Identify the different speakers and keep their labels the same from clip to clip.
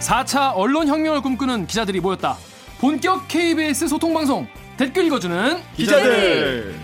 Speaker 1: 4차 언론혁명을 꿈꾸는 기자들이 모였다. 본격 KBS 소통방송 댓글 읽어주는
Speaker 2: 기자들.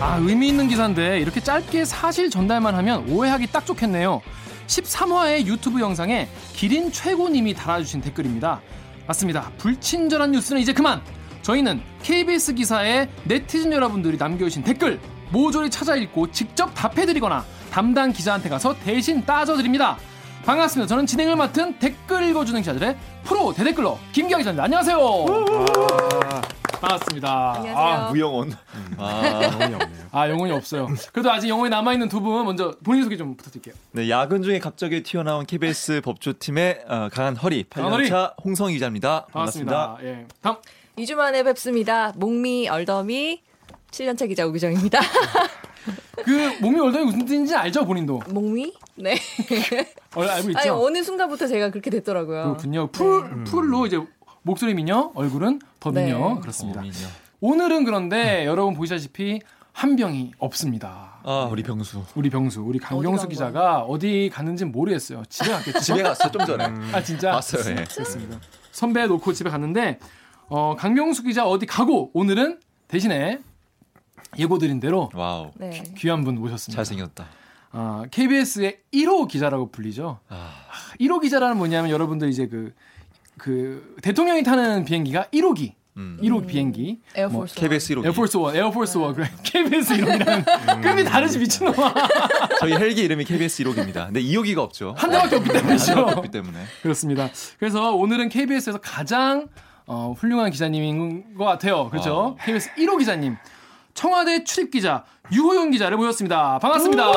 Speaker 1: 아 의미 있는 기사인데 이렇게 짧게 사실 전달만 하면 오해하기 딱 좋겠네요. 13화의 유튜브 영상에 기린 최고님이 달아주신 댓글입니다. 맞습니다. 불친절한 뉴스는 이제 그만. 저희는 KBS 기사에 네티즌 여러분들이 남겨주신 댓글 모조리 찾아 읽고 직접 답해드리거나 담당 기자한테 가서 대신 따져드립니다. 반갑습니다. 저는 진행을 맡은 댓글 읽어주는 기자들의 프로 대댓글러 김기아 기자입니다. 안녕하세요. 반갑습니다.
Speaker 2: 아,
Speaker 3: 안녕하세요.
Speaker 2: 무영원.
Speaker 4: 아, 이 없네요.
Speaker 1: 아 영혼이 없어요. 그래도 아직 영혼이 남아 있는 두 분 먼저 본인 소개 좀 부탁드릴게요.
Speaker 4: 네, 야근 중에 갑자기 튀어나온 KBS 법조팀의 어, 강한 허리,
Speaker 1: 강한 허리.
Speaker 4: 8년차 홍성희 기자입니다.
Speaker 1: 반갑습니다.
Speaker 4: 반갑습니다.
Speaker 1: 예. 다음
Speaker 3: 이 2주 만에 뵙습니다. 목미 얼더미 7년차 기자 오규정입니다.
Speaker 1: 그 몸이 얼더니 무슨 뜻인지 알죠 본인도
Speaker 3: 목미? 네.
Speaker 1: 얼 알고 있죠.
Speaker 3: 아니 네. 어느 순간부터 제가 그렇게 됐더라고요.
Speaker 1: 그렇군요. 풀
Speaker 4: 음.
Speaker 1: 풀로 이제 목소리 미녀, 얼굴은 더
Speaker 3: 네.
Speaker 1: 미녀 그렇습니다.
Speaker 4: 어민이요.
Speaker 1: 오늘은 그런데
Speaker 4: 음.
Speaker 1: 여러분 보시다시피 한 병이 없습니다.
Speaker 4: 아, 우리 병수.
Speaker 1: 우리 병수, 우리 강병수
Speaker 3: 간
Speaker 1: 기자가 어디 갔는지 모르겠어요. 집에 갔겠죠.
Speaker 4: 집에 갔어, 좀 전에.
Speaker 1: 아 진짜
Speaker 4: 왔어요, 예.
Speaker 1: 그렇습니다. 선배 놓고 집에 갔는데 어, 강병수 기자 어디 가고 오늘은 대신에 예고드린 대로
Speaker 4: 와우.
Speaker 3: 네.
Speaker 1: 귀한 분 모셨습니다.
Speaker 4: 잘생겼다.
Speaker 1: 아, KBS의 1호 기자라고 불리죠.
Speaker 4: 아,
Speaker 1: 1호 기자라는 뭐냐면 여러분들 이제 그, 그 대통령이 타는 비행기가 1호기,
Speaker 4: 음.
Speaker 1: 1호 비행기.
Speaker 3: 에어포스.
Speaker 4: KBS 1호.
Speaker 1: 에어포스 원, 에어포스 원, 그래. KBS
Speaker 4: 음.
Speaker 1: 1호기라는 급이 다르지 미친놈아.
Speaker 4: 저희 헬기 이름이 KBS 1호기입니다. 근데 2호기가 없죠.
Speaker 1: 한 대밖에 없기 때문이죠.
Speaker 4: 없기 때문에.
Speaker 1: 그렇습니다. 그래서 오늘은 KBS에서 가장 어, 훌륭한 기자님인 것 같아요. 그렇죠? KBS 1호 기자님, 청와대 출입 기자 유호영 기자를 모셨습니다. 반갑습니다.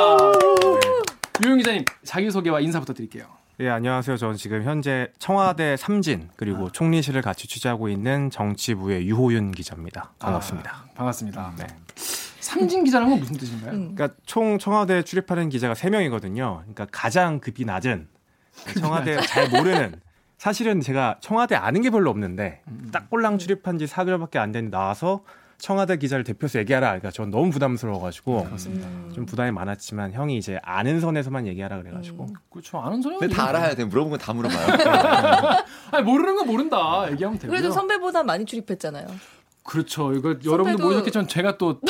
Speaker 1: 유호영 기자님 자기 소개와 인사부터 드릴게요.
Speaker 5: 예, 안녕하세요. 저는 지금 현재 청와대 삼진 그리고 총리실을 같이 취재하고 있는 정치부의 유호윤 기자입니다. 아,
Speaker 1: 아.
Speaker 5: 반갑습니다.
Speaker 1: 반갑습니다.
Speaker 5: 네.
Speaker 1: 삼진 기자라는 건 무슨 뜻인가요?
Speaker 3: 음.
Speaker 5: 그러니까 총 청와대에 출입하는 기자가 세명이거든요 그러니까 가장 급이 낮은 청와대 잘 모르는 사실은 제가 청와대 아는 게 별로 없는데 딱 꼴랑 출입한 지 4개월밖에 안 되는데 나와서 청와대 기자를 대표해서 얘기하라. 그러니까 전 너무 부담스러워가지고 좀 부담이 많았지만 형이 이제 아는 선에서만 얘기하라 그래가지고
Speaker 1: 그렇죠. 아는 소리.
Speaker 4: 근데 다 알아야 돼. 물어본 건 다 물어봐요.
Speaker 1: 아니 모르는 건 모른다. 얘기하면 되고요.
Speaker 3: 그래도 선배보다 많이 출입했잖아요.
Speaker 1: 그렇죠. 이거 여러분도 모르셨겠지만 제가 또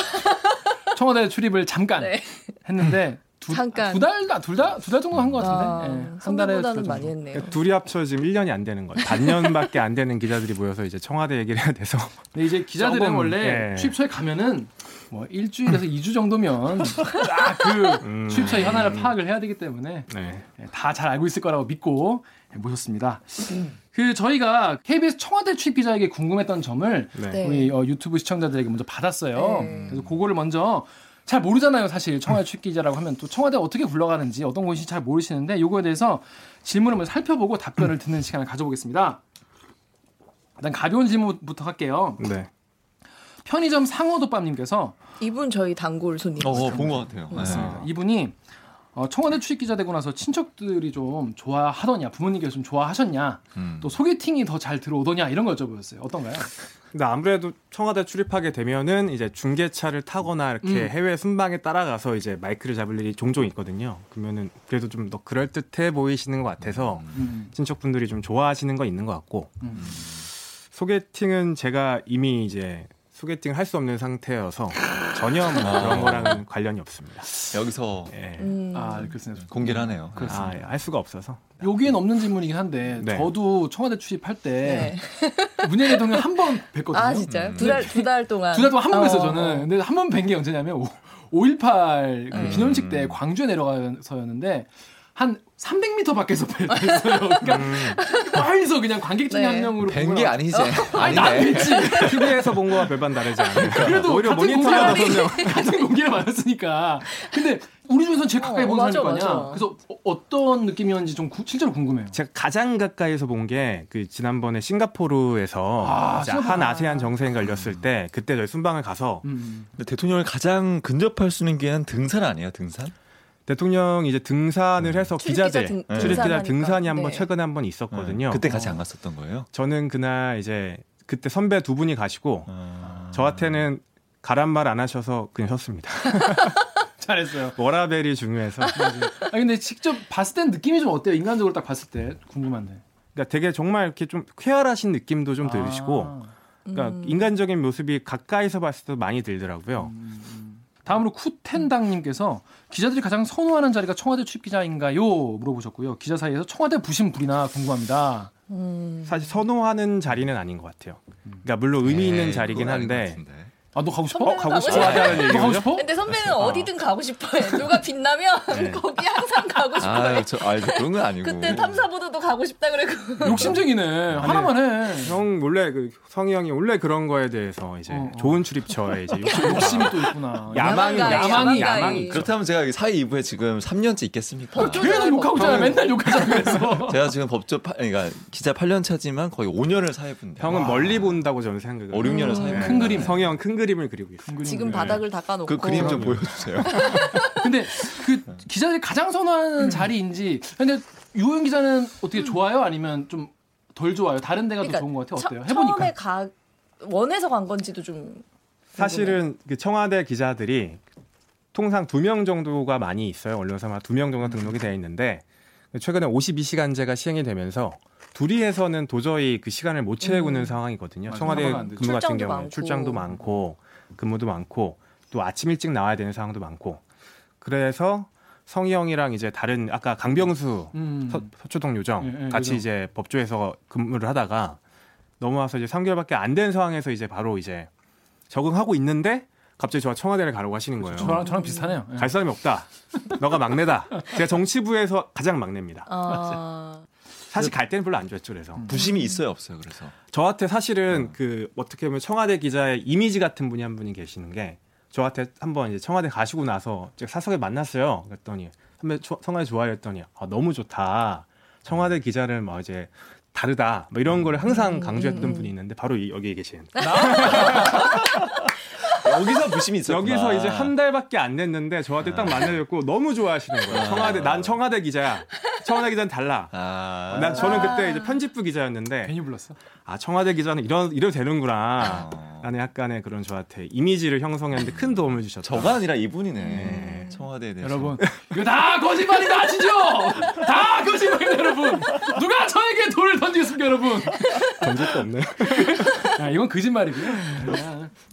Speaker 1: 청와대 출입을 잠깐
Speaker 3: 네.
Speaker 1: 했는데 두,
Speaker 3: 잠깐.
Speaker 1: 두 달, 두 달, 두 달 정도 한 것
Speaker 3: 아,
Speaker 1: 같은데. 예, 한 달에 두 달
Speaker 3: 선배보다는
Speaker 1: 정도.
Speaker 3: 많이 했네요.
Speaker 5: 그러니까 둘이 합쳐 지금 1년이 안 되는 거예요. 반년밖에 안 되는 기자들이 모여서 이제 청와대 얘기를 해야 돼서
Speaker 1: 근데 이제 기자들은
Speaker 5: 조금,
Speaker 1: 원래
Speaker 5: 예.
Speaker 1: 취입처에 가면은 뭐 일주일에서 2주 정도면 딱그
Speaker 5: 음.
Speaker 1: 취입처의 현안을 파악을 해야 되기 때문에
Speaker 5: 네.
Speaker 1: 예, 다 잘 알고 있을 거라고 믿고 예, 모셨습니다.
Speaker 3: 음.
Speaker 1: 그 저희가 KBS 청와대 취입 기자에게 궁금했던 점을
Speaker 3: 네.
Speaker 1: 우리 어, 유튜브 시청자들에게 먼저 받았어요.
Speaker 3: 네.
Speaker 1: 그래서 그거를 먼저 잘 모르잖아요, 사실 청와대 취입 기자라고 하면 또 청와대 어떻게 굴러가는지 어떤 곳인지 잘 모르시는데 이거에 대해서 질문을 먼저 살펴보고 답변을 듣는 시간을 가져보겠습니다. 일단 가벼운 질문부터 할게요.
Speaker 5: 네.
Speaker 1: 편의점 상어덮밥님께서
Speaker 3: 이분 저희 단골 손님.
Speaker 4: 어, 본 것 같아요.
Speaker 1: 음. 맞습니다.
Speaker 4: 네.
Speaker 1: 이분이 어, 청와대 취입 기자 되고 나서 친척들이 좀 좋아하더냐, 부모님께서 좀 좋아하셨냐,
Speaker 4: 음.
Speaker 1: 또 소개팅이 더 잘 들어오더냐 이런 걸 여쭤보셨어요. 어떤가요?
Speaker 5: 근데 아무래도 청와대 출입하게 되면은 이제 중계차를 타거나
Speaker 3: 음.
Speaker 5: 이렇게 해외 순방에 따라가서 이제 마이크를 잡을 일이 종종 있거든요. 그러면은 그래도 좀 더 그럴 듯해 보이시는 것 같아서
Speaker 1: 음,
Speaker 5: 친척분들이 좀 좋아하시는 건 있는 것 같고
Speaker 1: 음.
Speaker 5: 소개팅은 제가 이미 이제 소개팅 할 수 없는 상태여서 전혀 뭐 그런 거랑은 관련이 없습니다.
Speaker 4: 여기서
Speaker 5: 예.
Speaker 3: 음.
Speaker 1: 아 그렇습니다.
Speaker 4: 공개를 하네요.
Speaker 5: 아, 예. 할 수가 없어서.
Speaker 1: 여기엔 없는 질문이긴 한데
Speaker 5: 네.
Speaker 1: 저도 청와대 취입할 때
Speaker 3: 네.
Speaker 1: 문재인 대통령 한 번 뵀거든요. 음. 네.
Speaker 3: 아
Speaker 4: 음.
Speaker 3: 진짜요? 두 달 두 달 동안.
Speaker 1: 두 달 동안 한 번 뵀어요
Speaker 3: 어.
Speaker 1: 저는. 근데 한 번 뵌 게 언제냐면 5.18 그
Speaker 3: 음.
Speaker 1: 기념식 때 광주에 내려가서였는데 한 300m 밖에서 뵀어요. 그러니까 멀리서 그냥 관객중에
Speaker 3: 네.
Speaker 1: 한 명으로
Speaker 4: 음. 뵌
Speaker 1: 보고
Speaker 4: 게
Speaker 1: 나왔-
Speaker 4: 아니지.
Speaker 1: 아니 나
Speaker 4: 아니네.
Speaker 1: 뵀지.
Speaker 5: TV에서 본 거와 별반 다르지 않아요.
Speaker 1: 그래도
Speaker 5: 그러니까. 오히려
Speaker 1: 같은
Speaker 5: 모니터가
Speaker 1: 공간이-
Speaker 5: 더 좋네요.
Speaker 1: 같은 공기를 마셨으니까. 근데 우리 중에서는 제일 가까이
Speaker 3: 어,
Speaker 1: 본
Speaker 3: 맞아,
Speaker 1: 사람일 거 아니야.
Speaker 3: 맞아.
Speaker 1: 그래서 어, 떤 느낌이었는지 좀 구- 실제로 궁금해요.
Speaker 5: 제가 가장 가까이서 본 게 그 지난번에 싱가포르에서
Speaker 1: 아,
Speaker 5: 이제
Speaker 1: 싱가포르.
Speaker 5: 한 아세안 음. 정세회가 열렸을 때 그때 저희 순방을 가서
Speaker 1: 음.
Speaker 4: 근데 대통령을 가장 근접할 수 있는 기회는 등산 아니에요? 등산?
Speaker 5: 대통령 이제 등산을 해서
Speaker 3: 출입기자
Speaker 5: 기자들
Speaker 3: 등-
Speaker 5: 출입 기자
Speaker 3: 등산하니까.
Speaker 5: 등산이 한번
Speaker 3: 네.
Speaker 5: 최근에 한번 있었거든요.
Speaker 4: 네.
Speaker 5: 어.
Speaker 4: 그때 같이 안 갔었던 거예요?
Speaker 5: 저는 그날 이제 그때 선배 두 분이 가시고
Speaker 4: 아.
Speaker 5: 저한테는 가란 말 안 하셔서 그냥 쉬었습니다.
Speaker 1: 잘했어요.
Speaker 5: 워라벨이 중요해서
Speaker 1: 아 근데 직접 봤을 땐 느낌이 좀 어때요? 인간적으로 딱 봤을 때 궁금한데.
Speaker 5: 그러니까 되게 정말 이렇게 좀 쾌활하신 느낌도 좀 들으시고
Speaker 1: 아,
Speaker 5: 그러니까
Speaker 3: 음.
Speaker 5: 인간적인 모습이 가까이서 봤을 때도 많이 들더라고요.
Speaker 1: 다음으로 쿠텐당님께서 기자들이 가장 선호하는 자리가 청와대 출입 기자인가요? 물어보셨고요. 기자 사이에서 청와대 부심 부리나 궁금합니다.
Speaker 3: 음.
Speaker 5: 사실 선호하는 자리는 아닌 것 같아요. 그러니까 물론 의미
Speaker 4: 네,
Speaker 5: 있는 자리긴 한데
Speaker 1: 아 너 가고 싶어?
Speaker 3: 선배는 가고 싶어 하자는
Speaker 1: 너 가고
Speaker 5: 얘기군요?
Speaker 1: 싶어?
Speaker 3: 근데 선배는 어디든 가고 싶어요. 누가 빛나면
Speaker 4: 네.
Speaker 3: 거기 항상 가고 싶어요.
Speaker 4: 아, 저, 아, 그런 건 아니고.
Speaker 3: 그때 탐사보도도 가고 싶다 그랬고.
Speaker 1: 욕심쟁이네. 하나만 해.
Speaker 5: 형 원래 그 성희 형이 원래 그런 거에 대해서 이제
Speaker 1: 어, 어.
Speaker 5: 좋은 출입처에 이제
Speaker 1: 욕심이 또 있구나.
Speaker 5: 야망이 야망이
Speaker 3: 야망가이.
Speaker 5: 야망이 있죠.
Speaker 4: 그렇다면 제가 여기 사이 2부에 지금 3년째 있겠습니까?
Speaker 1: 어, 계속 욕하고 있잖아. 맨날 욕하잖아. 그래서.
Speaker 4: 제가 지금 법조 파, 그러니까 기자 8년 차지만 거의 5년을 사회부인데.
Speaker 5: 형은 멀리 본다고 저는 생각을 네.
Speaker 4: 5, 어, 6년을 사회부.
Speaker 1: 큰 그림.
Speaker 5: 성희 형은 큰 그림을 그리고 있어요.
Speaker 1: 음. 네.
Speaker 3: 지금 바닥을 닦아놓고.
Speaker 4: 그 그림 좀 보여주세요.
Speaker 1: 근데 그 기자들이 가장 선호하는
Speaker 3: 음.
Speaker 1: 자리인지. 근데 유호영 기자는 어떻게 좋아요? 아니면 좀 덜 좋아요? 다른 데가
Speaker 3: 그러니까
Speaker 1: 더 좋은 것 같아요? 어때요?
Speaker 3: 처-
Speaker 1: 해보니까.
Speaker 3: 처음에 가 원해서 간 건지도 좀
Speaker 5: 사실은 그 청와대 기자들이 통상 두 명 정도가 많이 있어요. 언론사마다 두 명 정도 등록이 되어 있는데 최근에 52시간제가 시행이 되면서 둘이에서는 도저히 그 시간을 못 채우는 상황이거든요.
Speaker 1: 맞아요.
Speaker 5: 청와대
Speaker 1: 하나가 안 되죠.
Speaker 5: 근무 같은
Speaker 3: 음. 출장도
Speaker 5: 경우에
Speaker 3: 많고.
Speaker 5: 출장도 많고 근무도 많고 또 아침 일찍 나와야 되는 상황도 많고 그래서 성희 형이랑 이제 다른 아까 강병수
Speaker 1: 음.
Speaker 5: 서, 서초동 요정
Speaker 1: 예, 예,
Speaker 5: 같이
Speaker 1: 요정.
Speaker 5: 이제 법조에서 근무를 하다가 넘어와서 이제 3개월밖에 안 된 상황에서 이제 바로 이제 적응하고 있는데 갑자기 저와 청와대를 가라고 하시는 거예요.
Speaker 1: 저랑 저랑 비슷하네요. 예.
Speaker 5: 갈 사람이 없다. 너가 막내다. 제가 정치부에서 가장 막내입니다.
Speaker 3: 아,
Speaker 1: 그-
Speaker 5: 사실 갈 때는 별로 안 좋았죠. 그래서
Speaker 1: 음.
Speaker 4: 부심이 있어요, 없어요. 그래서.
Speaker 5: 저한테
Speaker 1: 네.
Speaker 5: 사실은 그 어떻게 보면 청와대 기자의 이미지 같은 분이 한 분이 계시는 게 저한테 한번 이제 청와대 가시고 나서 제가 사석에 만났어요. 그랬더니 선배 조- 청와대 좋아요 했더니 아, 너무 좋다. 청와대 기자를 뭐 이제 다르다. 뭐 이런 거를
Speaker 4: 음.
Speaker 5: 항상 강조했던 분이 있는데 바로 이- 여기 계신.
Speaker 4: 아, 여기서 부심이 있었구나.
Speaker 5: 여기서 이제 한 달밖에 안 됐는데 저한테
Speaker 1: 아.
Speaker 5: 딱 만나뵙고 너무 좋아하시는 거예요. 청와대 난 청와대 기자야. 청와대 기자는 달라.
Speaker 4: 아.
Speaker 5: 난 저는 그때 이제 편집부 기자였는데
Speaker 1: 괜히 아. 불렀어.
Speaker 5: 아 청와대 기자는 이런 이래도 되는구나.
Speaker 4: 어.
Speaker 5: 나는 약간의 그런 저한테 이미지를 형성했는데 큰 도움을 주셨다.
Speaker 4: 저가 아니라 이분이네.
Speaker 5: 음.
Speaker 4: 청와대에 대해서.
Speaker 1: 여러분 이거 다 거짓말이다 아시죠? 다 거짓말이다 여러분. 누가 저에게 돌을 던지겠습니까 여러분?
Speaker 5: 전적도 없네.
Speaker 1: 야, 이건 거짓말이고요.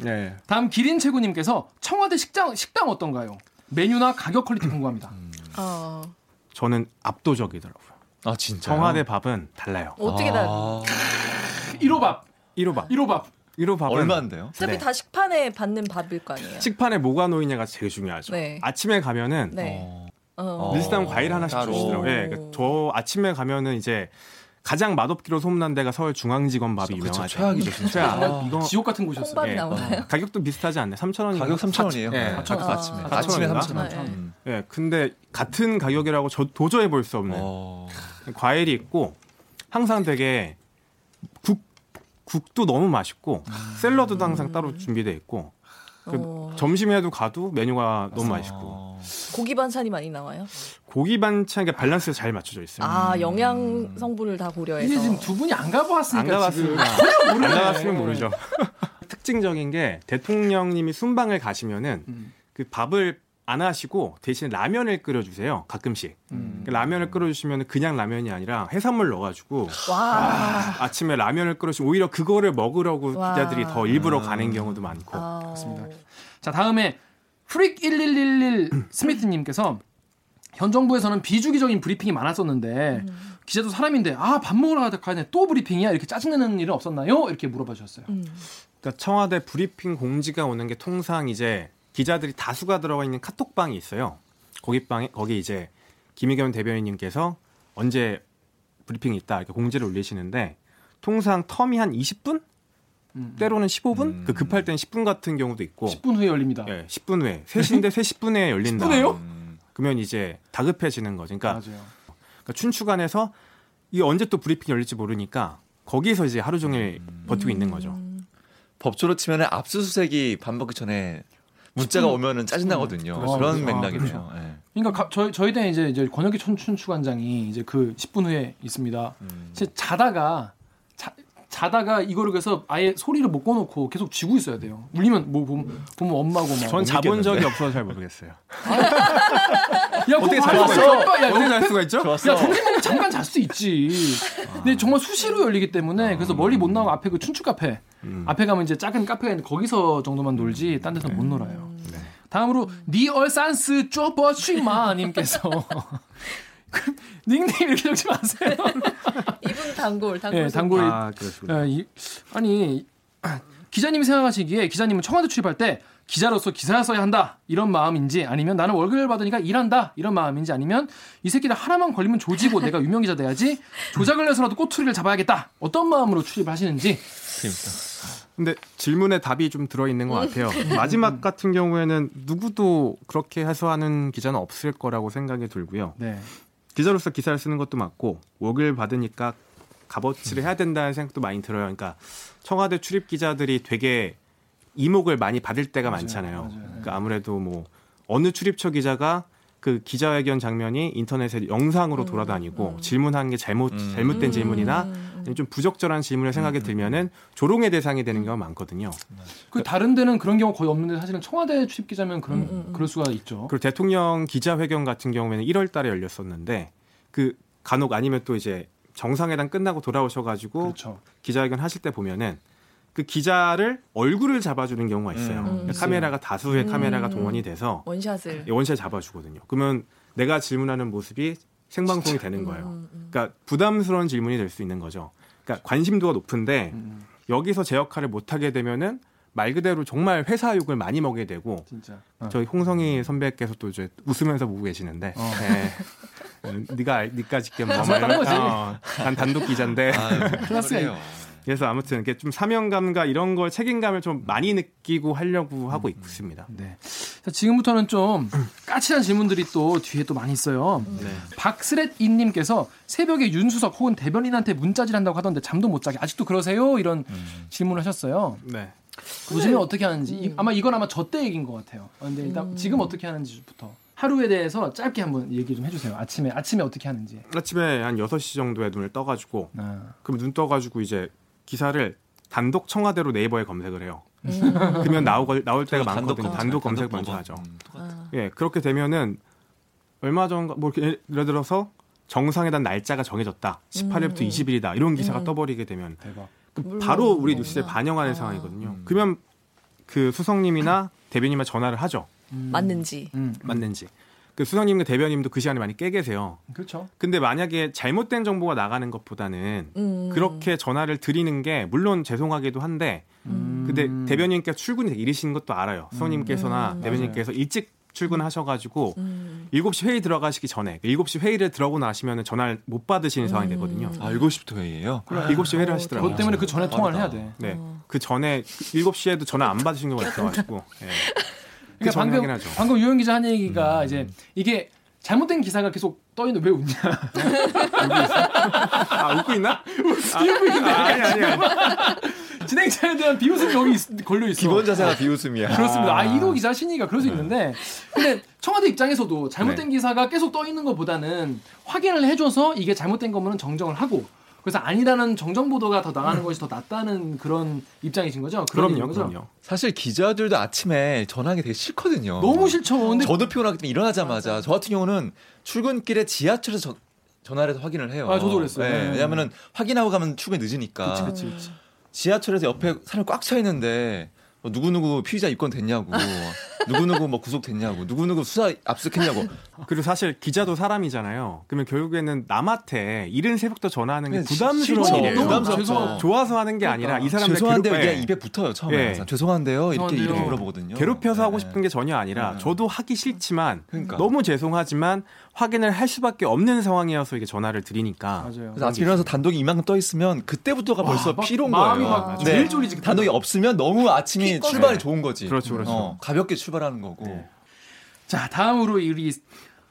Speaker 1: 예.
Speaker 5: 네.
Speaker 1: 다음 기린 최고님께서 청와대 식당 식당 어떤가요? 메뉴나 가격 퀄리티 궁금합니다.
Speaker 3: 어.
Speaker 5: 저는 압도적이더라고요.
Speaker 4: 아, 진짜.
Speaker 5: 청와대 밥은 달라요.
Speaker 3: 어떻게 다
Speaker 4: 아,
Speaker 1: 일호밥
Speaker 5: 1호 밥.
Speaker 1: 일호밥
Speaker 5: 1호 밥은
Speaker 4: 얼마인데요?
Speaker 3: 어차피
Speaker 5: 네.
Speaker 3: 다 식판에 받는 밥일 거 아니에요.
Speaker 5: 식판에 뭐가 놓이냐가 되게 중요하죠.
Speaker 3: 네.
Speaker 5: 아침에 가면은
Speaker 3: 네. 어.
Speaker 4: 어.
Speaker 5: 밀스당 과일 하나씩
Speaker 4: 따로.
Speaker 5: 주시더라고요. 네, 그러니까 저 아침에 가면은 이제 가장 맛없기로 소문난 데가 서울 중앙지검 밥이
Speaker 4: 그쵸,
Speaker 5: 유명하죠.
Speaker 4: 최악이죠, 진짜. 아,
Speaker 5: 진짜 이거
Speaker 1: 지옥 같은 곳이었어요.
Speaker 3: 콩밥이
Speaker 5: 예.
Speaker 3: 나오나요?
Speaker 5: 가격도 비슷하지 않나요? 3,000원인가?
Speaker 4: 가격 3,000원이에요.
Speaker 5: 네.
Speaker 4: 아침에.
Speaker 3: 아,
Speaker 4: 아침에
Speaker 5: 4,000원 인가?
Speaker 4: 3,000원.
Speaker 3: 네.
Speaker 4: 음.
Speaker 5: 예, 근데 같은 가격이라고 저 도저히 볼 수 없는
Speaker 4: 어.
Speaker 5: 과일이 있고 항상 되게 국 국도 너무 맛있고 샐러드도 항상 따로 준비돼 있고 그
Speaker 3: 어.
Speaker 5: 점심에도 가도 메뉴가 너무 맛있고
Speaker 4: 어.
Speaker 3: 고기 반찬이 많이 나와요.
Speaker 5: 고기 반찬 이 밸런스가 잘 맞춰져 있어요.
Speaker 3: 아 영양 성분을 다 고려해서.
Speaker 1: 이게 지금 두 분이 안 가보았으니까
Speaker 5: 안 가봤으면
Speaker 1: 지금
Speaker 5: 안 가봤으면 모르죠. 특징적인 게 대통령님이 순방을 가시면은
Speaker 1: 음.
Speaker 5: 그 밥을 안 하시고 대신 라면을 끓여주세요. 가끔씩
Speaker 1: 음.
Speaker 5: 그 라면을 끓여주시면 그냥 라면이 아니라 해산물 넣어가지고
Speaker 3: 와.
Speaker 5: 아침에 라면을 끓여주면 오히려 그거를 먹으려고
Speaker 3: 와.
Speaker 5: 기자들이 더
Speaker 1: 아.
Speaker 5: 일부러 가는 경우도 많고
Speaker 3: 아.
Speaker 1: 자 다음에 프릭 1111 스미트님께서 현 정부에서는 비주기적인 브리핑이 많았었는데 기자도 사람인데 아 밥 먹으러 가는데 또 브리핑이야 이렇게 짜증내는 일은 없었나요? 이렇게 물어봐 주셨어요.
Speaker 3: 음.
Speaker 5: 그러니까 청와대 브리핑 공지가 오는 게 통상 이제 기자들이 다수가 들어가 있는 카톡방이 있어요. 거기 방에 거기 이제 김의겸 대변인님께서 언제 브리핑이 있다 이렇게 공지를 올리시는데 통상 텀이 한 20분,
Speaker 1: 음.
Speaker 5: 때로는 15분,
Speaker 4: 음.
Speaker 5: 그 급할 땐 10분 같은 경우도 있고,
Speaker 1: 10분 후에 열립니다.
Speaker 5: 예, 10분 후에 3시인데 3 10분 후에 열린다.
Speaker 1: 10분 에요?
Speaker 4: 음.
Speaker 5: 그러면 이제 다급해지는 거죠. 그러니까,
Speaker 1: 맞아요.
Speaker 5: 그러니까 춘추관에서 이게 언제 또 브리핑 열릴지 모르니까 거기서 이제 하루 종일 버티고 있는 거죠.
Speaker 3: 음.
Speaker 4: 법조로 치면 압수수색이 밥 먹기 전에 문자가 오면은 짜증나거든요.
Speaker 1: 그렇죠.
Speaker 4: 음. 그런
Speaker 1: 아,
Speaker 4: 맥락이네요. 예.
Speaker 1: 그러니까 가- 저희 저희 때 이제 이제 권혁기 춘춘추관장이 이제 그 10분 후에 있습니다.
Speaker 4: 음.
Speaker 1: 진짜 자다가 자, 자다가 이거를 그래서 아예 소리를 못 꺼놓고 계속 쥐고 있어야 돼요. 울리면 뭐 보면, 보면 엄마고 막.
Speaker 5: 전 자본
Speaker 4: 믿겠는데.
Speaker 5: 적이 없어서 잘 모르겠어요.
Speaker 1: 야,
Speaker 5: 어떻게
Speaker 1: 그거
Speaker 5: 잘
Speaker 1: 알았어.
Speaker 5: 수가
Speaker 1: 오빠, 야,
Speaker 5: 어떻게
Speaker 1: 야,
Speaker 5: 할 수가 있죠?
Speaker 4: 좋았어.
Speaker 1: 야, 점심먹고 잠깐 잘 수 있지. 근데 정말 수시로 열리기 때문에
Speaker 5: 아.
Speaker 1: 그래서 멀리 못 나가고 앞에 그 춘추 카페
Speaker 5: 음.
Speaker 1: 앞에 가면 이제 작은 카페가 있는데 거기서 정도만 놀지 딴 데서 못
Speaker 5: 음.
Speaker 1: 놀아요.
Speaker 5: 네.
Speaker 1: 다음으로 니얼산스 쪼버쉬마 님께서 그 닉네임 이렇게 적지 마세요.
Speaker 3: 이분 단골 단골.
Speaker 1: 예,
Speaker 3: 손님.
Speaker 1: 단골
Speaker 5: 아, 그렇습니다.
Speaker 1: 예, 이, 아니 기자님이 생각하시기에 기자님은 청와대 출입할 때 기자로서 기사를 써야 한다 이런 마음인지 아니면 나는 월급을 받으니까 일한다 이런 마음인지 아니면 이 새끼들 하나만 걸리면 조지고 내가 유명 기자 돼야지 조작을 해서라도 꼬투리를 잡아야겠다 어떤 마음으로 출입하시는지
Speaker 4: 음.
Speaker 5: 근데 질문에 답이 좀 들어있는 것 같아요. 마지막 같은 경우에는 누구도 그렇게 해서 하는 기자는 없을 거라고 생각이 들고요.
Speaker 1: 네
Speaker 5: 기자로서 기사를 쓰는 것도 맞고 월급을 받으니까 값어치를 해야 된다는 생각도 많이 들어요. 그러니까 청와대 출입 기자들이 되게 이목을 많이 받을 때가 많잖아요. 그러니까 아무래도 뭐 어느 출입처 기자가 그 기자회견 장면이 인터넷에 영상으로 돌아다니고 질문한 게 잘못
Speaker 4: 음.
Speaker 5: 잘못된
Speaker 3: 음.
Speaker 5: 질문이나 아니면 좀 부적절한 질문을 생각이 들면은 조롱의 대상이 되는 경우가 많거든요.
Speaker 1: 그 다른 데는 그런 경우 거의 없는데 사실은 청와대 출입 기자면 그런
Speaker 3: 음, 음, 음.
Speaker 1: 그럴 수가 있죠
Speaker 5: 그리고 대통령 기자회견 같은 경우에는 1월 달에 열렸었는데 그 간혹 아니면 또 이제 정상회담 끝나고 돌아오셔가지고
Speaker 1: 그렇죠
Speaker 5: 기자회견 하실 때 보면은 그 기자를 얼굴을 잡아주는 경우가 있어요.
Speaker 4: 음.
Speaker 5: 그러니까 카메라가 다수의 카메라가 동원이 돼서
Speaker 3: 원샷을.
Speaker 5: 원샷 잡아주거든요. 그러면 내가 질문하는 모습이 생방송이 되는 거예요.
Speaker 3: 음, 음.
Speaker 5: 그러니까 부담스러운 질문이 될 수 있는 거죠. 그러니까 관심도가 높은데
Speaker 1: 음,
Speaker 5: 여기서 제 역할을 못 하게 되면은 말 그대로 정말 회사 욕을 많이 먹게 되고
Speaker 1: 진짜
Speaker 5: 저희 홍성희 선배께서 또 이제 웃으면서 보고 계시는데
Speaker 1: 어.
Speaker 5: 네. 네가 니까짓게 뭐
Speaker 1: 정말 다른 거지. 아.
Speaker 5: 난 단독 기자인데
Speaker 4: 아,
Speaker 1: 클래스가
Speaker 5: 그래서 아무튼 이게 좀 사명감과 이런 걸 책임감을 좀 많이 느끼고 하려고 하고 있습니다.
Speaker 1: 네. 자, 지금부터는 좀 까칠한 질문들이 또 뒤에 또 많이 있어요. 박스렛이님께서 새벽에 윤수석 혹은 대변인한테 문자질한다고 하던데 잠도 못 자게 아직도 그러세요? 이런
Speaker 4: 음.
Speaker 1: 질문을 하셨어요.
Speaker 5: 네.
Speaker 1: 요즘에 어떻게 하는지 이- 아마 이건 아마 저 때 얘기인 것 같아요. 아, 근데 일단 지금 어떻게 하는지부터 하루에 대해서 짧게 한번 얘기 좀 해주세요. 아침에 아침에 어떻게 하는지.
Speaker 5: 아침에 한 6시 정도에 눈을 떠가지고
Speaker 1: 아,
Speaker 5: 그럼 눈 떠가지고 이제 기사를 단독 청와대로 네이버에 검색을 해요.
Speaker 3: 음.
Speaker 5: 그러면 나올, 나올 때가 많거든요. 단독 검색 먼저 하죠.
Speaker 4: 음.
Speaker 3: 아.
Speaker 5: 예, 그렇게 되면은 얼마 전가 뭐 이렇게 예를 들어서 정상회담 날짜가 정해졌다. 18일부터 20일이다. 이런 기사가 떠버리게 되면
Speaker 1: 대박.
Speaker 3: 음.
Speaker 5: 그
Speaker 3: 물론 그렇죠.
Speaker 5: 바로 우리
Speaker 3: 그거구나.
Speaker 5: 뉴스에
Speaker 3: 아.
Speaker 5: 반영하는 상황이거든요.
Speaker 4: 음.
Speaker 5: 그러면 그 수석님이나 대변인만 전화를 하죠.
Speaker 1: 음.
Speaker 3: 맞는지.
Speaker 1: 음,
Speaker 5: 맞는지. 그 수석님과 대변인도 그 시간에 많이 깨 계세요.
Speaker 1: 그렇죠.
Speaker 5: 근데 만약에 잘못된 정보가 나가는 것보다는
Speaker 3: 음.
Speaker 5: 그렇게 전화를 드리는 게 물론 죄송하기도 한데
Speaker 1: 음.
Speaker 5: 근데 대변인께서 출근이 되게 이르신 것도 알아요. 수석님께서나
Speaker 3: 음.
Speaker 5: 대변인께서 일찍 출근하셔가지고
Speaker 3: 음.
Speaker 5: 7시 회의 들어가시기 전에 그 7시 회의를 들어오고 나시면 전화를 못 받으시는
Speaker 3: 음.
Speaker 5: 상황이 되거든요.
Speaker 4: 아, 7시부터 회의예요?
Speaker 5: 일 7시 회의를
Speaker 3: 어,
Speaker 5: 하시더라고요.
Speaker 1: 그것 때문에 그 전에 통화를 해야 돼.
Speaker 5: 네.
Speaker 3: 어.
Speaker 5: 그 전에 7시에도 전화 안 받으신 경우가 있어가지고. 예. 그
Speaker 1: 그러니까
Speaker 5: 전에
Speaker 1: 방금
Speaker 5: 확인하죠.
Speaker 1: 방금 유영 기자 한 얘기가 이제 이게 잘못된 기사가 계속 떠 있는 왜 웃냐?
Speaker 5: 아, 웃고 있나? 웃고 있는데. 아, 아니, 아니, 아니.
Speaker 1: 진행자에 대한 비웃음이 여기 있- 걸려 있어.
Speaker 4: 기본 자세가 비웃음이야.
Speaker 1: 그렇습니다. 아, 이도 기자 신이가 그럴 수 있는데, 근데 청와대 입장에서도 잘못된 기사가 계속 떠 있는 것보다는 확인을 해줘서 이게 잘못된 거면 정정을 하고, 그래서 아니라는 정정 보도가 더 나가는 것이 더 낫다는 그런 입장이신 거죠? 그런
Speaker 5: 그럼요,
Speaker 1: 거죠?
Speaker 5: 그럼요.
Speaker 4: 사실 기자들도 아침에 전화하기 되게 싫거든요.
Speaker 1: 너무 싫죠. 근데
Speaker 4: 저도 피곤하기 때문에 일어나자마자 저 같은 경우는 출근길에 지하철에서 저- 전화를 해서 확인을 해요.
Speaker 1: 아, 저도 그랬어요.
Speaker 4: 네,
Speaker 1: 네.
Speaker 4: 왜냐면은 확인하고 가면 출근이 늦으니까. 지하철에서 옆에 사람이 꽉 차 있는데 뭐 누구누구 피의자 입건 됐냐고. 누구누구 뭐 구속됐냐고. 누구누구 수사 압수했냐고.
Speaker 5: 그리고 사실 기자도 사람이잖아요. 그러면 결국에는 남한테 이른 새벽부터 전화하는 게
Speaker 4: 네,
Speaker 5: 부담스러운
Speaker 4: 싫죠.
Speaker 5: 일이에요.
Speaker 1: 너무
Speaker 4: 부담스럽죠.
Speaker 1: 죄송하고
Speaker 5: 좋아서 하는 게 아니라 이 사람들
Speaker 4: 그러니까. 죄송한데
Speaker 5: 괴롭혀요.
Speaker 4: 그냥 입에 붙어요 처음에
Speaker 5: 예.
Speaker 4: 항상. 죄송한데요 이렇게
Speaker 1: 죄송한데요.
Speaker 4: 이렇게 물어보거든요.
Speaker 5: 괴롭혀서 하고
Speaker 4: 네.
Speaker 5: 싶은 게 전혀 아니라
Speaker 4: 네.
Speaker 5: 저도 하기 싫지만
Speaker 4: 그러니까.
Speaker 5: 너무 죄송하지만 확인을 할 수밖에 없는 상황이어서 이게 전화를 드리니까
Speaker 1: 맞아요.
Speaker 4: 그래서 아침에 일어나서 단독이 이만큼 떠 있으면
Speaker 5: 아,
Speaker 4: 그때부터가 벌써
Speaker 1: 막
Speaker 4: 피로인
Speaker 1: 마음이
Speaker 4: 거예요.
Speaker 1: 막
Speaker 4: 네.
Speaker 1: 졸리지, 그때부터.
Speaker 4: 단독이 없으면 너무 아침이
Speaker 3: 피곤해.
Speaker 4: 출발이 좋은 거지.
Speaker 5: 그렇죠, 네. 그렇죠.
Speaker 4: 어, 가볍게 출발하는 거고.
Speaker 1: 자, 다음으로 우리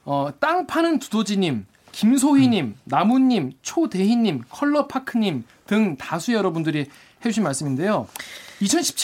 Speaker 1: 어, 땅 파는 두더지님, 김소희님, 나무님, 초대희님, 컬러파크님 등 다수 여러분들이 해주신 말씀인데요.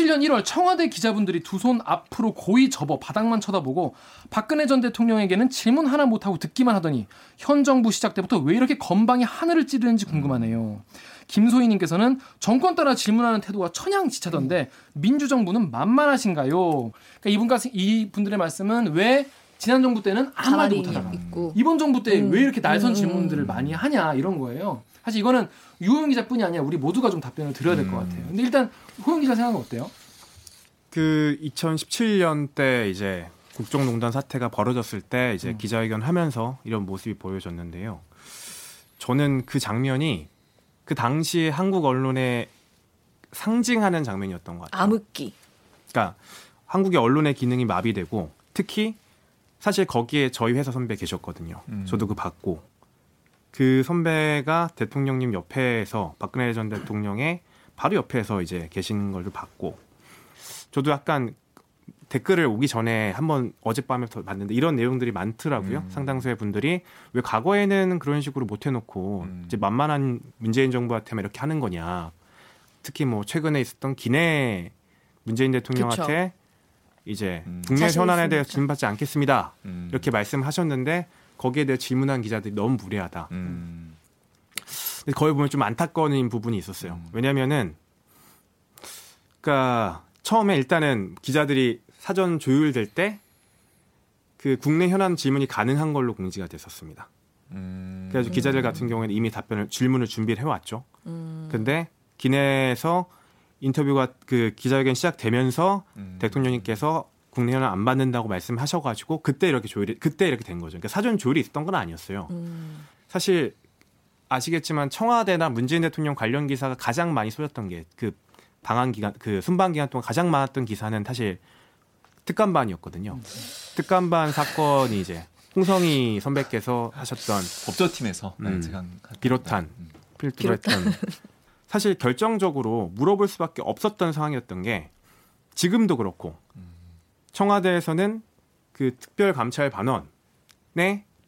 Speaker 1: 2017년 1월 청와대 기자분들이 두 손 앞으로 고이 접어 바닥만 쳐다보고 박근혜 전 대통령에게는 질문 하나 못하고 듣기만 하더니 현 정부 시작 때부터 왜 이렇게 건방이 하늘을 찌르는지 궁금하네요. 김소희님께서는 정권 따라 질문하는 태도가 천양지차던데 민주정부는 만만하신가요? 그러니까 이분과 이분들의 말씀은 왜 지난 정부 때는 아무 말도
Speaker 3: 가만히
Speaker 1: 못하다가
Speaker 3: 있고
Speaker 1: 이번 정부 때 왜
Speaker 3: 음.
Speaker 1: 이렇게 날선
Speaker 3: 음.
Speaker 1: 질문들을 많이 하냐 이런 거예요. 사실 이거는 유호영 기자뿐이 아니라 우리 모두가 좀 답변을 드려야 될 것
Speaker 4: 음.
Speaker 1: 같아요. 근데 일단 호영 기자 생각은 어때요?
Speaker 5: 그 2017년 때 이제 국정농단 사태가 벌어졌을 때 이제
Speaker 1: 음.
Speaker 5: 기자회견 하면서 이런 모습이 보여졌는데요. 저는 그 장면이 그 당시 한국 언론의 상징하는 장면이었던 것 같아요.
Speaker 3: 암흑기.
Speaker 5: 그러니까 한국의 언론의 기능이 마비되고 특히 사실 거기에 저희 회사 선배 계셨거든요.
Speaker 4: 음.
Speaker 5: 저도 그 봤고 그 선배가 대통령님 옆에서 박근혜 전 대통령의 바로 옆에서 이제 계신 걸도 봤고 저도 약간 댓글을 오기 전에 한번 어젯밤에 더 봤는데 이런 내용들이 많더라고요.
Speaker 4: 음.
Speaker 5: 상당수의 분들이 왜 과거에는 그런 식으로 못 해놓고
Speaker 4: 음.
Speaker 5: 이제 만만한 문재인 정부한테만 이렇게 하는 거냐. 특히 뭐 최근에 있었던 기내 문재인 대통령한테 이제
Speaker 4: 음.
Speaker 5: 북미
Speaker 3: 자신
Speaker 5: 현안에
Speaker 3: 있으니까.
Speaker 5: 대해서 질문받지 않겠습니다.
Speaker 4: 음.
Speaker 5: 이렇게 말씀하셨는데 거기에 대해 질문한 기자들이 너무 무례하다.
Speaker 4: 음.
Speaker 5: 근데 거기 보면 좀 안타까운 부분이 있었어요.
Speaker 4: 음.
Speaker 5: 왜냐면은 그러니까 처음에 일단은 기자들이 사전 조율될 때 그 국내 현안 질문이 가능한 걸로 공지가 됐었습니다.
Speaker 4: 음.
Speaker 5: 그래서 기자들 같은 경우에는 이미 답변을 질문을 준비를 해왔죠.
Speaker 3: 음.
Speaker 5: 근데 기내에서 인터뷰가 그 기자회견 시작되면서
Speaker 4: 음.
Speaker 5: 대통령님께서 국내 현안 안 받는다고 말씀하셔가지고 그때 이렇게 조율이 그때 이렇게 된 거죠. 그러니까 사전 조율이 있었던 건 아니었어요.
Speaker 3: 음.
Speaker 5: 사실 아시겠지만 청와대나 문재인 대통령 관련 기사가 가장 많이 쏟았던 게 그 방한 기간 그 순방 기간 동안 가장 많았던 기사는 사실 특감반이었거든요.
Speaker 3: 음.
Speaker 5: 특감반 사건이 이제 홍성희 선배께서 하셨던
Speaker 4: 법조팀에서 네,
Speaker 5: 음.
Speaker 4: 제가 한-
Speaker 5: 비롯한.
Speaker 4: 음.
Speaker 5: 필두로 했던 사실 결정적으로 물어볼 수밖에 없었던 상황이었던 게 지금도 그렇고 청와대에서는 그 특별감찰 반원의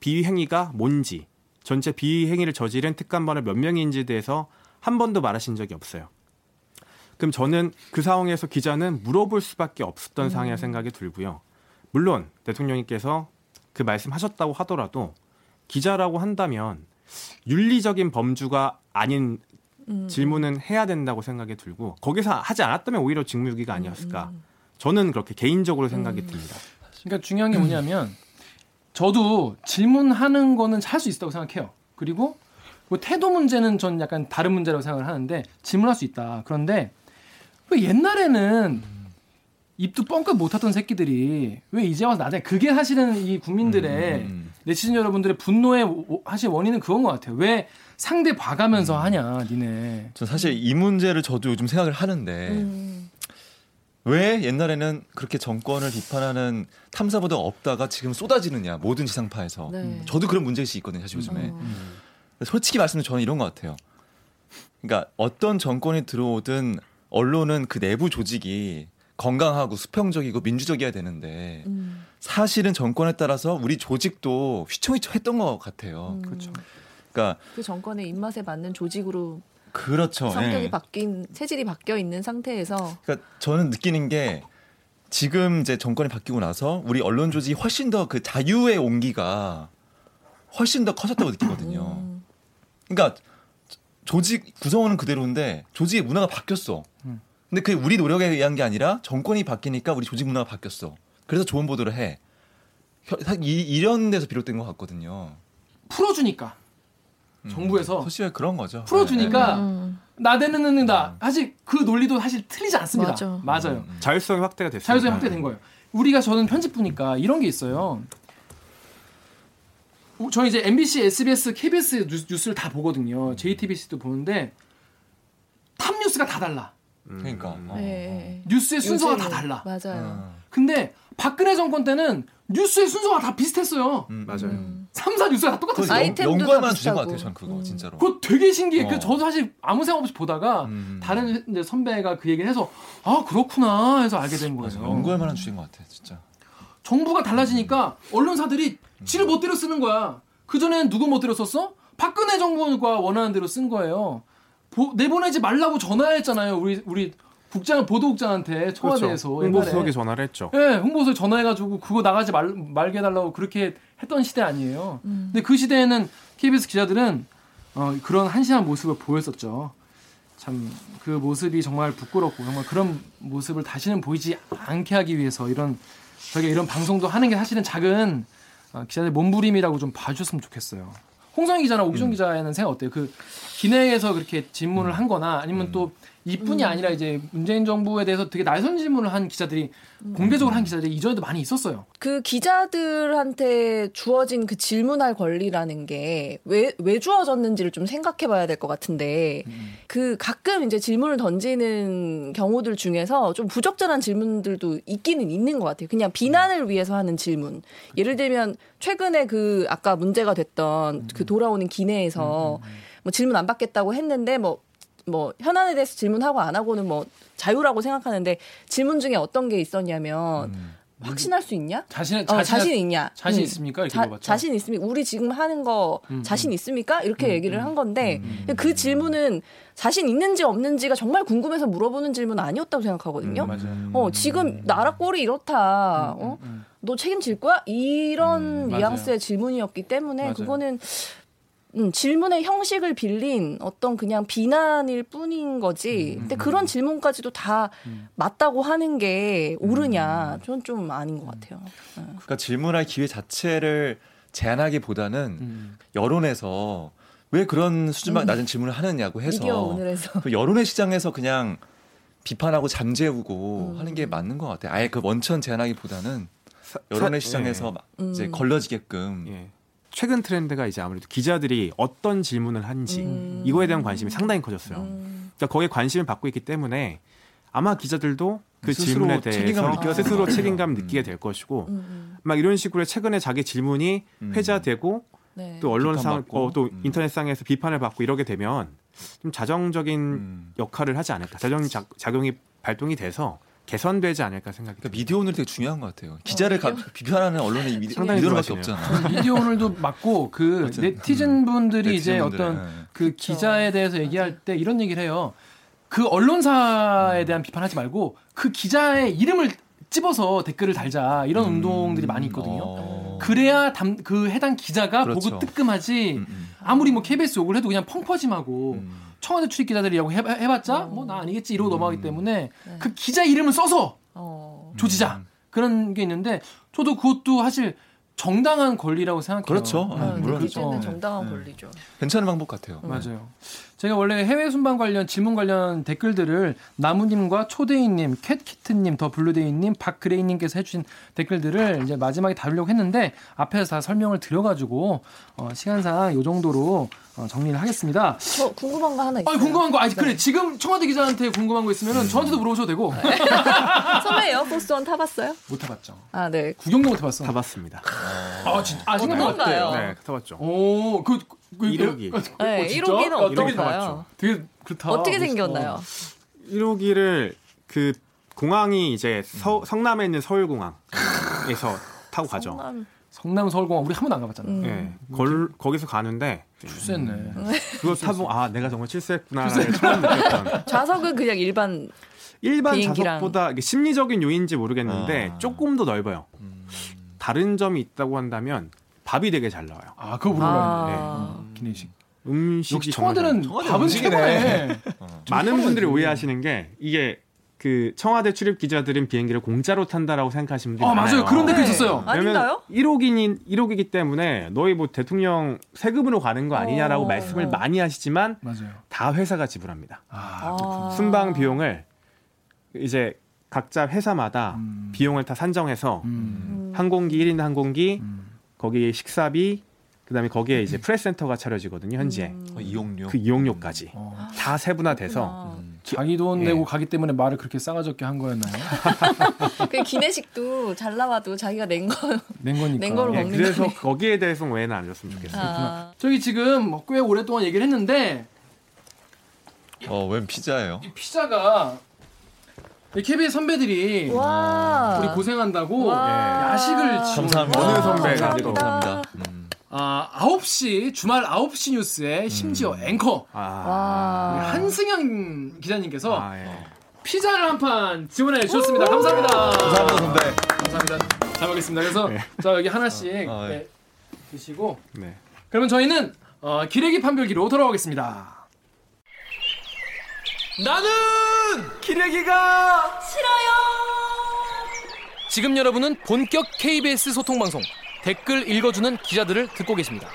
Speaker 5: 비위 행위가 뭔지 전체 비위 행위를 저지른 특감반을 몇 명인지에 대해서 한 번도 말하신 적이 없어요. 그럼 저는 그 상황에서 기자는 물어볼 수밖에 없었던 상황이라 생각이 들고요. 물론 대통령님께서 그 말씀하셨다고 하더라도 기자라고 한다면 윤리적인 범주가 아닌
Speaker 3: 음.
Speaker 5: 질문은 해야 된다고 생각이 들고 거기서 하지 않았다면 오히려 직무유기가
Speaker 3: 음,
Speaker 5: 아니었을까 저는 그렇게 개인적으로 생각이
Speaker 1: 음.
Speaker 5: 듭니다.
Speaker 1: 그러니까 중요한 게 뭐냐면 저도 질문하는 거는 할 수 있다고 생각해요. 그리고 뭐 태도 문제는 전 약간 다른 문제라고 생각을 하는데 질문할 수 있다. 그런데 왜 옛날에는 입도 뻥끗 못했던 새끼들이 왜 이제 와서 나중에 그게 사실은 이 국민들의
Speaker 4: 음.
Speaker 1: 네티즌 여러분들의 분노의 오- 오- 사실 원인은 그런 것 같아요. 왜 상대 봐가면서 하냐, 니네.
Speaker 4: 전 사실 이 문제를 저도 요즘 생각을 하는데
Speaker 3: 음.
Speaker 4: 왜 옛날에는 그렇게 정권을 비판하는 탐사보다 없다가 지금 쏟아지느냐 모든 지상파에서
Speaker 3: 네.
Speaker 4: 어, 음, 저도 그런 문제의식이 있거든요 사실 요즘에
Speaker 3: 어.
Speaker 4: 솔직히 말씀드리면 저는 이런 것 같아요 그러니까 어떤 정권이 들어오든 언론은 그 내부 조직이 건강하고 수평적이고 민주적이어야 되는데
Speaker 3: 음.
Speaker 4: 사실은 정권에 따라서 우리 조직도 휘청휘청했던 것 같아요
Speaker 3: 음.
Speaker 4: 그러니까
Speaker 3: 그 정권의 입맛에 맞는 조직으로
Speaker 4: 그렇죠
Speaker 3: 성격이
Speaker 4: 예.
Speaker 3: 바뀐 체질이 바뀌어 있는 상태에서
Speaker 4: 그러니까 저는 느끼는 게 지금 이제 정권이 바뀌고 나서 우리 언론 조직이 훨씬 더 그 자유의 온기가 훨씬 더 커졌다고 느끼거든요.
Speaker 3: 음.
Speaker 4: 그러니까 조- 조직 구성원은 그대로인데 조직의 문화가 바뀌었어.
Speaker 1: 음.
Speaker 4: 근데 그게 우리 노력에 의한 게 아니라 정권이 바뀌니까 우리 조직 문화가 바뀌었어. 그래서 좋은 보도를 해. 혀- 사- 이, 이런 데서 비롯된 것 같거든요.
Speaker 1: 풀어주니까. 정부에서
Speaker 4: 사실 그런 거죠. 네,
Speaker 1: 풀어주니까
Speaker 3: 음.
Speaker 1: 나대는 는다. 사실 그 논리도 사실 틀리지 않습니다.
Speaker 3: 맞아.
Speaker 1: 요
Speaker 4: 음.
Speaker 5: 자율성이 확대가 됐습니다.
Speaker 1: 자유소에 확대된 거예요. 우리가 저는 편집부니까 이런 게 있어요. 우- 저는 이제 MBC, SBS, KBS 뉴스, 뉴스를 다 보거든요. JTBC도 보는데 탑 뉴스가 다 달라.
Speaker 5: 음.
Speaker 4: 그러니까. 어.
Speaker 3: 네.
Speaker 1: 뉴스의 순서가
Speaker 3: 요즘은
Speaker 1: 다 달라.
Speaker 3: 맞아요.
Speaker 4: 음.
Speaker 1: 근데 박근혜 정권 때는 뉴스의 순서가 다 비슷했어요.
Speaker 4: 음.
Speaker 5: 맞아요.
Speaker 3: 음.
Speaker 1: 3, 4 뉴스가 다
Speaker 4: 그거
Speaker 1: 똑같았어요.
Speaker 4: 연-
Speaker 3: 아이템도 다
Speaker 4: 연관만 주신 것
Speaker 3: 비슷하고.
Speaker 4: 같아요. 전 그거
Speaker 3: 음.
Speaker 4: 진짜로.
Speaker 1: 그거 되게 신기해.
Speaker 4: 어.
Speaker 1: 그 저도 사실 아무 생각 없이 보다가
Speaker 4: 음.
Speaker 1: 다른 이제 선배가 그 얘기를 해서 아 그렇구나 해서 알게 된 거예요.
Speaker 4: 맞아, 연구할 만한 주제인 것 같아, 진짜.
Speaker 1: 정부가 달라지니까
Speaker 4: 음.
Speaker 1: 언론사들이 지를 멋대로 쓰는 거야. 그전에는 누구 멋대로 썼어? 박근혜 정부가 원하는 대로 쓴 거예요. 보- 내보내지 말라고 전화했잖아요. 우리 우리 국장 보도국장한테
Speaker 4: 그렇죠.
Speaker 1: 청와대에서
Speaker 5: 그렇죠. 홍보수석에 전화를 했죠.
Speaker 1: 예, 홍보소 전화해가지고 그거 나가지 말, 말게 해달라고 그렇게 했던 시대 아니에요. 근데 그 시대에는 KBS 기자들은 어, 그런 한심한 모습을 보였었죠. 참 그 모습이 정말 부끄럽고 정말 그런 모습을 다시는 보이지 않게 하기 위해서 이런 저희가 이런 방송도 하는 게 사실은 작은 어, 기자들 몸부림이라고 좀 봐주셨으면 좋겠어요. 홍성희 기자나 오기종 기자는 생각 어때요? 그 기내에서 그렇게 질문을 한거나 아니면 또 이뿐이 아니라 이제 문재인 정부에 대해서 되게 날선 질문을 한 기자들이
Speaker 3: 음.
Speaker 1: 공개적으로 한 기자들이 이전에도 많이 있었어요.
Speaker 3: 그 기자들한테 주어진 그 질문할 권리라는 게 왜 왜 주어졌는지를 좀 생각해 봐야 될 것 같은데 그 가끔 이제 질문을 던지는 경우들 중에서 좀 부적절한 질문들도 있기는 있는 것 같아요. 그냥 비난을 위해서 하는 질문. 예를 들면 최근에 그 아까 문제가 됐던 그 돌아오는 기내에서 뭐 질문 안 받겠다고 했는데 뭐 뭐 현안에 대해서 질문하고 안 하고는 뭐 자유라고 생각하는데 질문 중에 어떤 게 있었냐면 확신할 수 있냐?
Speaker 1: 자신의
Speaker 3: 어,
Speaker 1: 자신의-
Speaker 3: 자신 있냐?
Speaker 1: 자신
Speaker 3: 음.
Speaker 1: 있습니까? 이렇게
Speaker 3: 자,
Speaker 1: 물어봤죠.
Speaker 3: 자신 있습니까? 우리 지금 하는 거
Speaker 1: 음,
Speaker 3: 자신 있습니까? 이렇게 얘기를 한 건데
Speaker 4: 음.
Speaker 3: 그 질문은 자신 있는지 없는지가 정말 궁금해서 물어보는 질문 아니었다고 생각하거든요.
Speaker 1: 음, 맞아요.
Speaker 4: 음.
Speaker 3: 어 지금 나라 꼴이 이렇다. 어? 너 책임질 거야? 이런
Speaker 1: 음, 맞아요.
Speaker 3: 뉘앙스의 질문이었기 때문에
Speaker 1: 맞아요.
Speaker 3: 그거는 음, 질문의 형식을 빌린 어떤 그냥 비난일 뿐인
Speaker 1: 음,
Speaker 3: 거지. 근데 그런 질문까지도 다 맞다고 하는 게
Speaker 1: 음,
Speaker 3: 옳으냐? 저는 좀 아닌 것 같아요.
Speaker 4: 그러니까 질문할 기회 자체를 제한하기보다는
Speaker 1: 음.
Speaker 4: 여론에서 왜 그런 수준만 낮은 질문을 하느냐고
Speaker 3: 미디어
Speaker 4: 해서
Speaker 3: 음. 오늘에서
Speaker 4: 그 여론의 시장에서 그냥 비판하고 잠재우고
Speaker 3: 음.
Speaker 4: 하는 게 맞는 것 같아요. 아예 그 원천 제한하기보다는 여론의
Speaker 5: 사-
Speaker 4: 시장에서 막 이제
Speaker 3: 음.
Speaker 4: 걸러지게끔
Speaker 5: 예. 최근 트렌드가 이제 아무래도 기자들이 어떤 질문을 한지
Speaker 3: 음.
Speaker 5: 이거에 대한 관심이 상당히 커졌어요.
Speaker 1: 음.
Speaker 5: 그러니까 거기에 관심을 받고 있기 때문에 아마 기자들도 그
Speaker 4: 스스로
Speaker 5: 질문에
Speaker 4: 책임감을
Speaker 5: 대해서
Speaker 4: 느껴야 되는 것
Speaker 5: 스스로
Speaker 4: 같아요.
Speaker 5: 책임감
Speaker 4: 음.
Speaker 5: 느끼게 될 것이고
Speaker 3: 음,
Speaker 5: 막 이런 식으로 최근에 자기 질문이
Speaker 4: 음.
Speaker 5: 회자되고
Speaker 3: 네.
Speaker 5: 또 언론상
Speaker 4: 비판받고.
Speaker 5: 어, 또
Speaker 4: 음.
Speaker 5: 인터넷상에서 비판을 받고 이러게 되면 좀 자정적인
Speaker 4: 음.
Speaker 5: 역할을 하지 않을까 자정 작- 작용이 발동이 돼서 개선되지 않을까 생각이
Speaker 4: 그러니까
Speaker 5: 듭니다.
Speaker 4: 미디어 오늘 되게 중요한 것 같아요.
Speaker 3: 어,
Speaker 4: 기자를 가- 비판하는 언론의 미디,
Speaker 5: 상당히
Speaker 4: 미디어밖에
Speaker 5: 좋아하시네요.
Speaker 4: 없잖아.
Speaker 1: 미디어 오늘도 맞고 그
Speaker 4: 맞아요.
Speaker 1: 네티즌 분들이 이제
Speaker 4: 음. 네티즌분들은.
Speaker 1: 어떤
Speaker 4: 예.
Speaker 1: 그 기자에 대해서 얘기할 때 이런 얘기를 해요. 그
Speaker 4: 음.
Speaker 1: 언론사에 대한 비판하지 말고 그 기자의 이름을 찝어서 댓글을 달자 이런 운동들이 많이 있거든요.
Speaker 4: 음. 어.
Speaker 1: 그래야 담, 그 해당 기자가 보고
Speaker 4: 그렇죠.
Speaker 1: 뜨끔하지
Speaker 4: 음, 음.
Speaker 1: 아무리 뭐 KBS 욕을 해도 그냥 펑퍼짐하고
Speaker 4: 음.
Speaker 1: 청와대 출입 기자들이라고 해,
Speaker 4: 어.
Speaker 1: 해봤자 뭐 나 아니겠지 이러고 넘어가기 때문에
Speaker 4: 네.
Speaker 1: 그 기자 이름을 써서
Speaker 3: 어.
Speaker 1: 조지자
Speaker 4: 음.
Speaker 1: 그런 게 있는데 저도 그것도 사실 정당한 권리라고 생각해요.
Speaker 4: 그렇죠. 아,
Speaker 3: 아,
Speaker 4: 물론
Speaker 1: 그렇죠.
Speaker 3: 네티즌은
Speaker 1: 어.
Speaker 3: 정당한
Speaker 4: 네.
Speaker 3: 권리죠.
Speaker 4: 괜찮은 방법 같아요.
Speaker 1: 맞아요. 제가 원래 해외 순방 관련 질문 관련 댓글들을 나무님과 초대인님, 캣키트님, 더 블루데이님, 박그레이님께서 해주신 댓글들을 이제 마지막에 다루려고 했는데 앞에서 다 설명을 드려가지고 어, 시간상 요 정도로 어, 정리를 하겠습니다.
Speaker 4: 네.
Speaker 3: 저 궁금한 거 하나
Speaker 1: 아
Speaker 3: 있어요.
Speaker 1: 궁금한 거, 아 그래 지금 청와대 기자한테 궁금한 거 있으면 저한테도 물어보셔도 되고
Speaker 4: 네.
Speaker 3: 선배 에어포스 원 타봤어요?
Speaker 1: 못 해봤죠.
Speaker 3: 아 네.
Speaker 1: 구경도 못 해봤어.
Speaker 5: 타봤습니다.
Speaker 1: 아 진짜, 아 생각도 못
Speaker 3: 어떤가요?
Speaker 1: 해.
Speaker 5: 네, 타봤죠.
Speaker 1: 오, 그, 그, 그
Speaker 5: 이력이.
Speaker 1: 어,
Speaker 3: 네,
Speaker 1: 진짜?
Speaker 3: 1호기는
Speaker 1: 아, 되게
Speaker 3: 어떤가요?
Speaker 1: 되게 그렇다.
Speaker 3: 어떻게
Speaker 1: 멋있다.
Speaker 3: 생겼나요?
Speaker 5: 1호기를 그 공항이 이제 서- 성남에 있는 서울공항에서 타고 가죠.
Speaker 3: 성남.
Speaker 1: 성남 서울공항 우리 한 번도 안 가봤잖아.
Speaker 3: 음.
Speaker 5: 예, 걸- 거기서 가는데
Speaker 1: 출세했네.
Speaker 5: 그거 타고 아 내가 정말 실수했구나라는 처음 느꼈던
Speaker 3: 좌석은 그냥 일반.
Speaker 5: 일반
Speaker 3: 비행기랑.
Speaker 5: 좌석보다 이게 심리적인 요인지 모르겠는데
Speaker 4: 아.
Speaker 5: 조금 더 넓어요.
Speaker 4: 음.
Speaker 5: 다른 점이 있다고 한다면 밥이 되게 잘 나와요.
Speaker 1: 아, 그거 물어봐야
Speaker 3: 아.
Speaker 1: 돼. 기내식.
Speaker 5: 음식이
Speaker 1: 역시
Speaker 5: 정말
Speaker 1: 청와대는
Speaker 4: 청와대
Speaker 1: 밥은
Speaker 4: 음식이네.
Speaker 1: 최고네.
Speaker 5: 어. 많은 분들이 오해하시는 게 이게 그 청와대 출입 기자들은 비행기를 공짜로 탄다라고 생각하시는 분들이
Speaker 1: 아,
Speaker 5: 많아요.
Speaker 1: 맞아요. 그런 댓글
Speaker 3: 네.
Speaker 1: 있었어요.
Speaker 5: 왜냐면
Speaker 3: 아닌가요?
Speaker 5: 1호기니 1호기이기 때문에 너희 뭐 대통령 세금으로 가는 거 아니냐라고
Speaker 3: 어.
Speaker 5: 말씀을 많이 하시지만
Speaker 1: 맞아요.
Speaker 5: 다 회사가 지불합니다.
Speaker 1: 아,
Speaker 5: 순방 비용을 이제 각자 회사마다
Speaker 1: 음.
Speaker 5: 비용을 다 산정해서
Speaker 1: 음.
Speaker 3: 음.
Speaker 5: 항공기 1인 항공기
Speaker 1: 음.
Speaker 5: 거기에 식사비 그다음에 거기에 이제 프레스센터가 차려지거든요 현지에
Speaker 4: 어, 이용료.
Speaker 5: 그 이용료까지
Speaker 1: 음.
Speaker 3: 아.
Speaker 1: 어.
Speaker 5: 다 세분화돼서
Speaker 3: 그렇구나.
Speaker 4: 음.
Speaker 1: 자기 돈
Speaker 5: 예.
Speaker 1: 내고 가기 때문에 말을 그렇게 싸가지없게 한 거였나요?
Speaker 3: 그 기내식도 잘 나와도 자기가 낸 거.
Speaker 1: 낸 거니까.
Speaker 3: 낸 거로
Speaker 5: 예,
Speaker 3: 먹는
Speaker 5: 그래서 거기에 대해서 오해는 안 줬으면 좋겠어요.
Speaker 3: 아.
Speaker 1: 저기 지금 뭐 꽤 오랫동안 얘기를 했는데
Speaker 4: 어, 웬 피자예요?
Speaker 1: 이 피자가 이 KBS 선배들이
Speaker 3: 와.
Speaker 1: 우리 고생한다고 예,
Speaker 3: 와.
Speaker 1: 야식을 지금
Speaker 4: 감사합니다.
Speaker 5: 오늘 선배가
Speaker 4: 감사합니다.
Speaker 5: 또.
Speaker 4: 감사합니다. 음.
Speaker 1: 아, 9시 주말 9시 뉴스에 심지어 앵커
Speaker 5: 아,
Speaker 3: 와.
Speaker 1: 한승현 기자님께서
Speaker 5: 아, 예.
Speaker 1: 피자를 한 판 지원해 주셨습니다. 감사합니다.
Speaker 4: 감사합니다 선배. 네.
Speaker 1: 감사합니다. 잘 먹겠습니다. 그래서 자 여기 하나씩
Speaker 4: 아, 네.
Speaker 1: 네, 드시고
Speaker 5: 네.
Speaker 1: 그러면 저희는 어, 기레기 판별기로 돌아오겠습니다. 나는 기레기가 싫어요. 지금 여러분은 본격 KBS 소통 방송 댓글 읽어주는 기자들을 듣고 계십니다.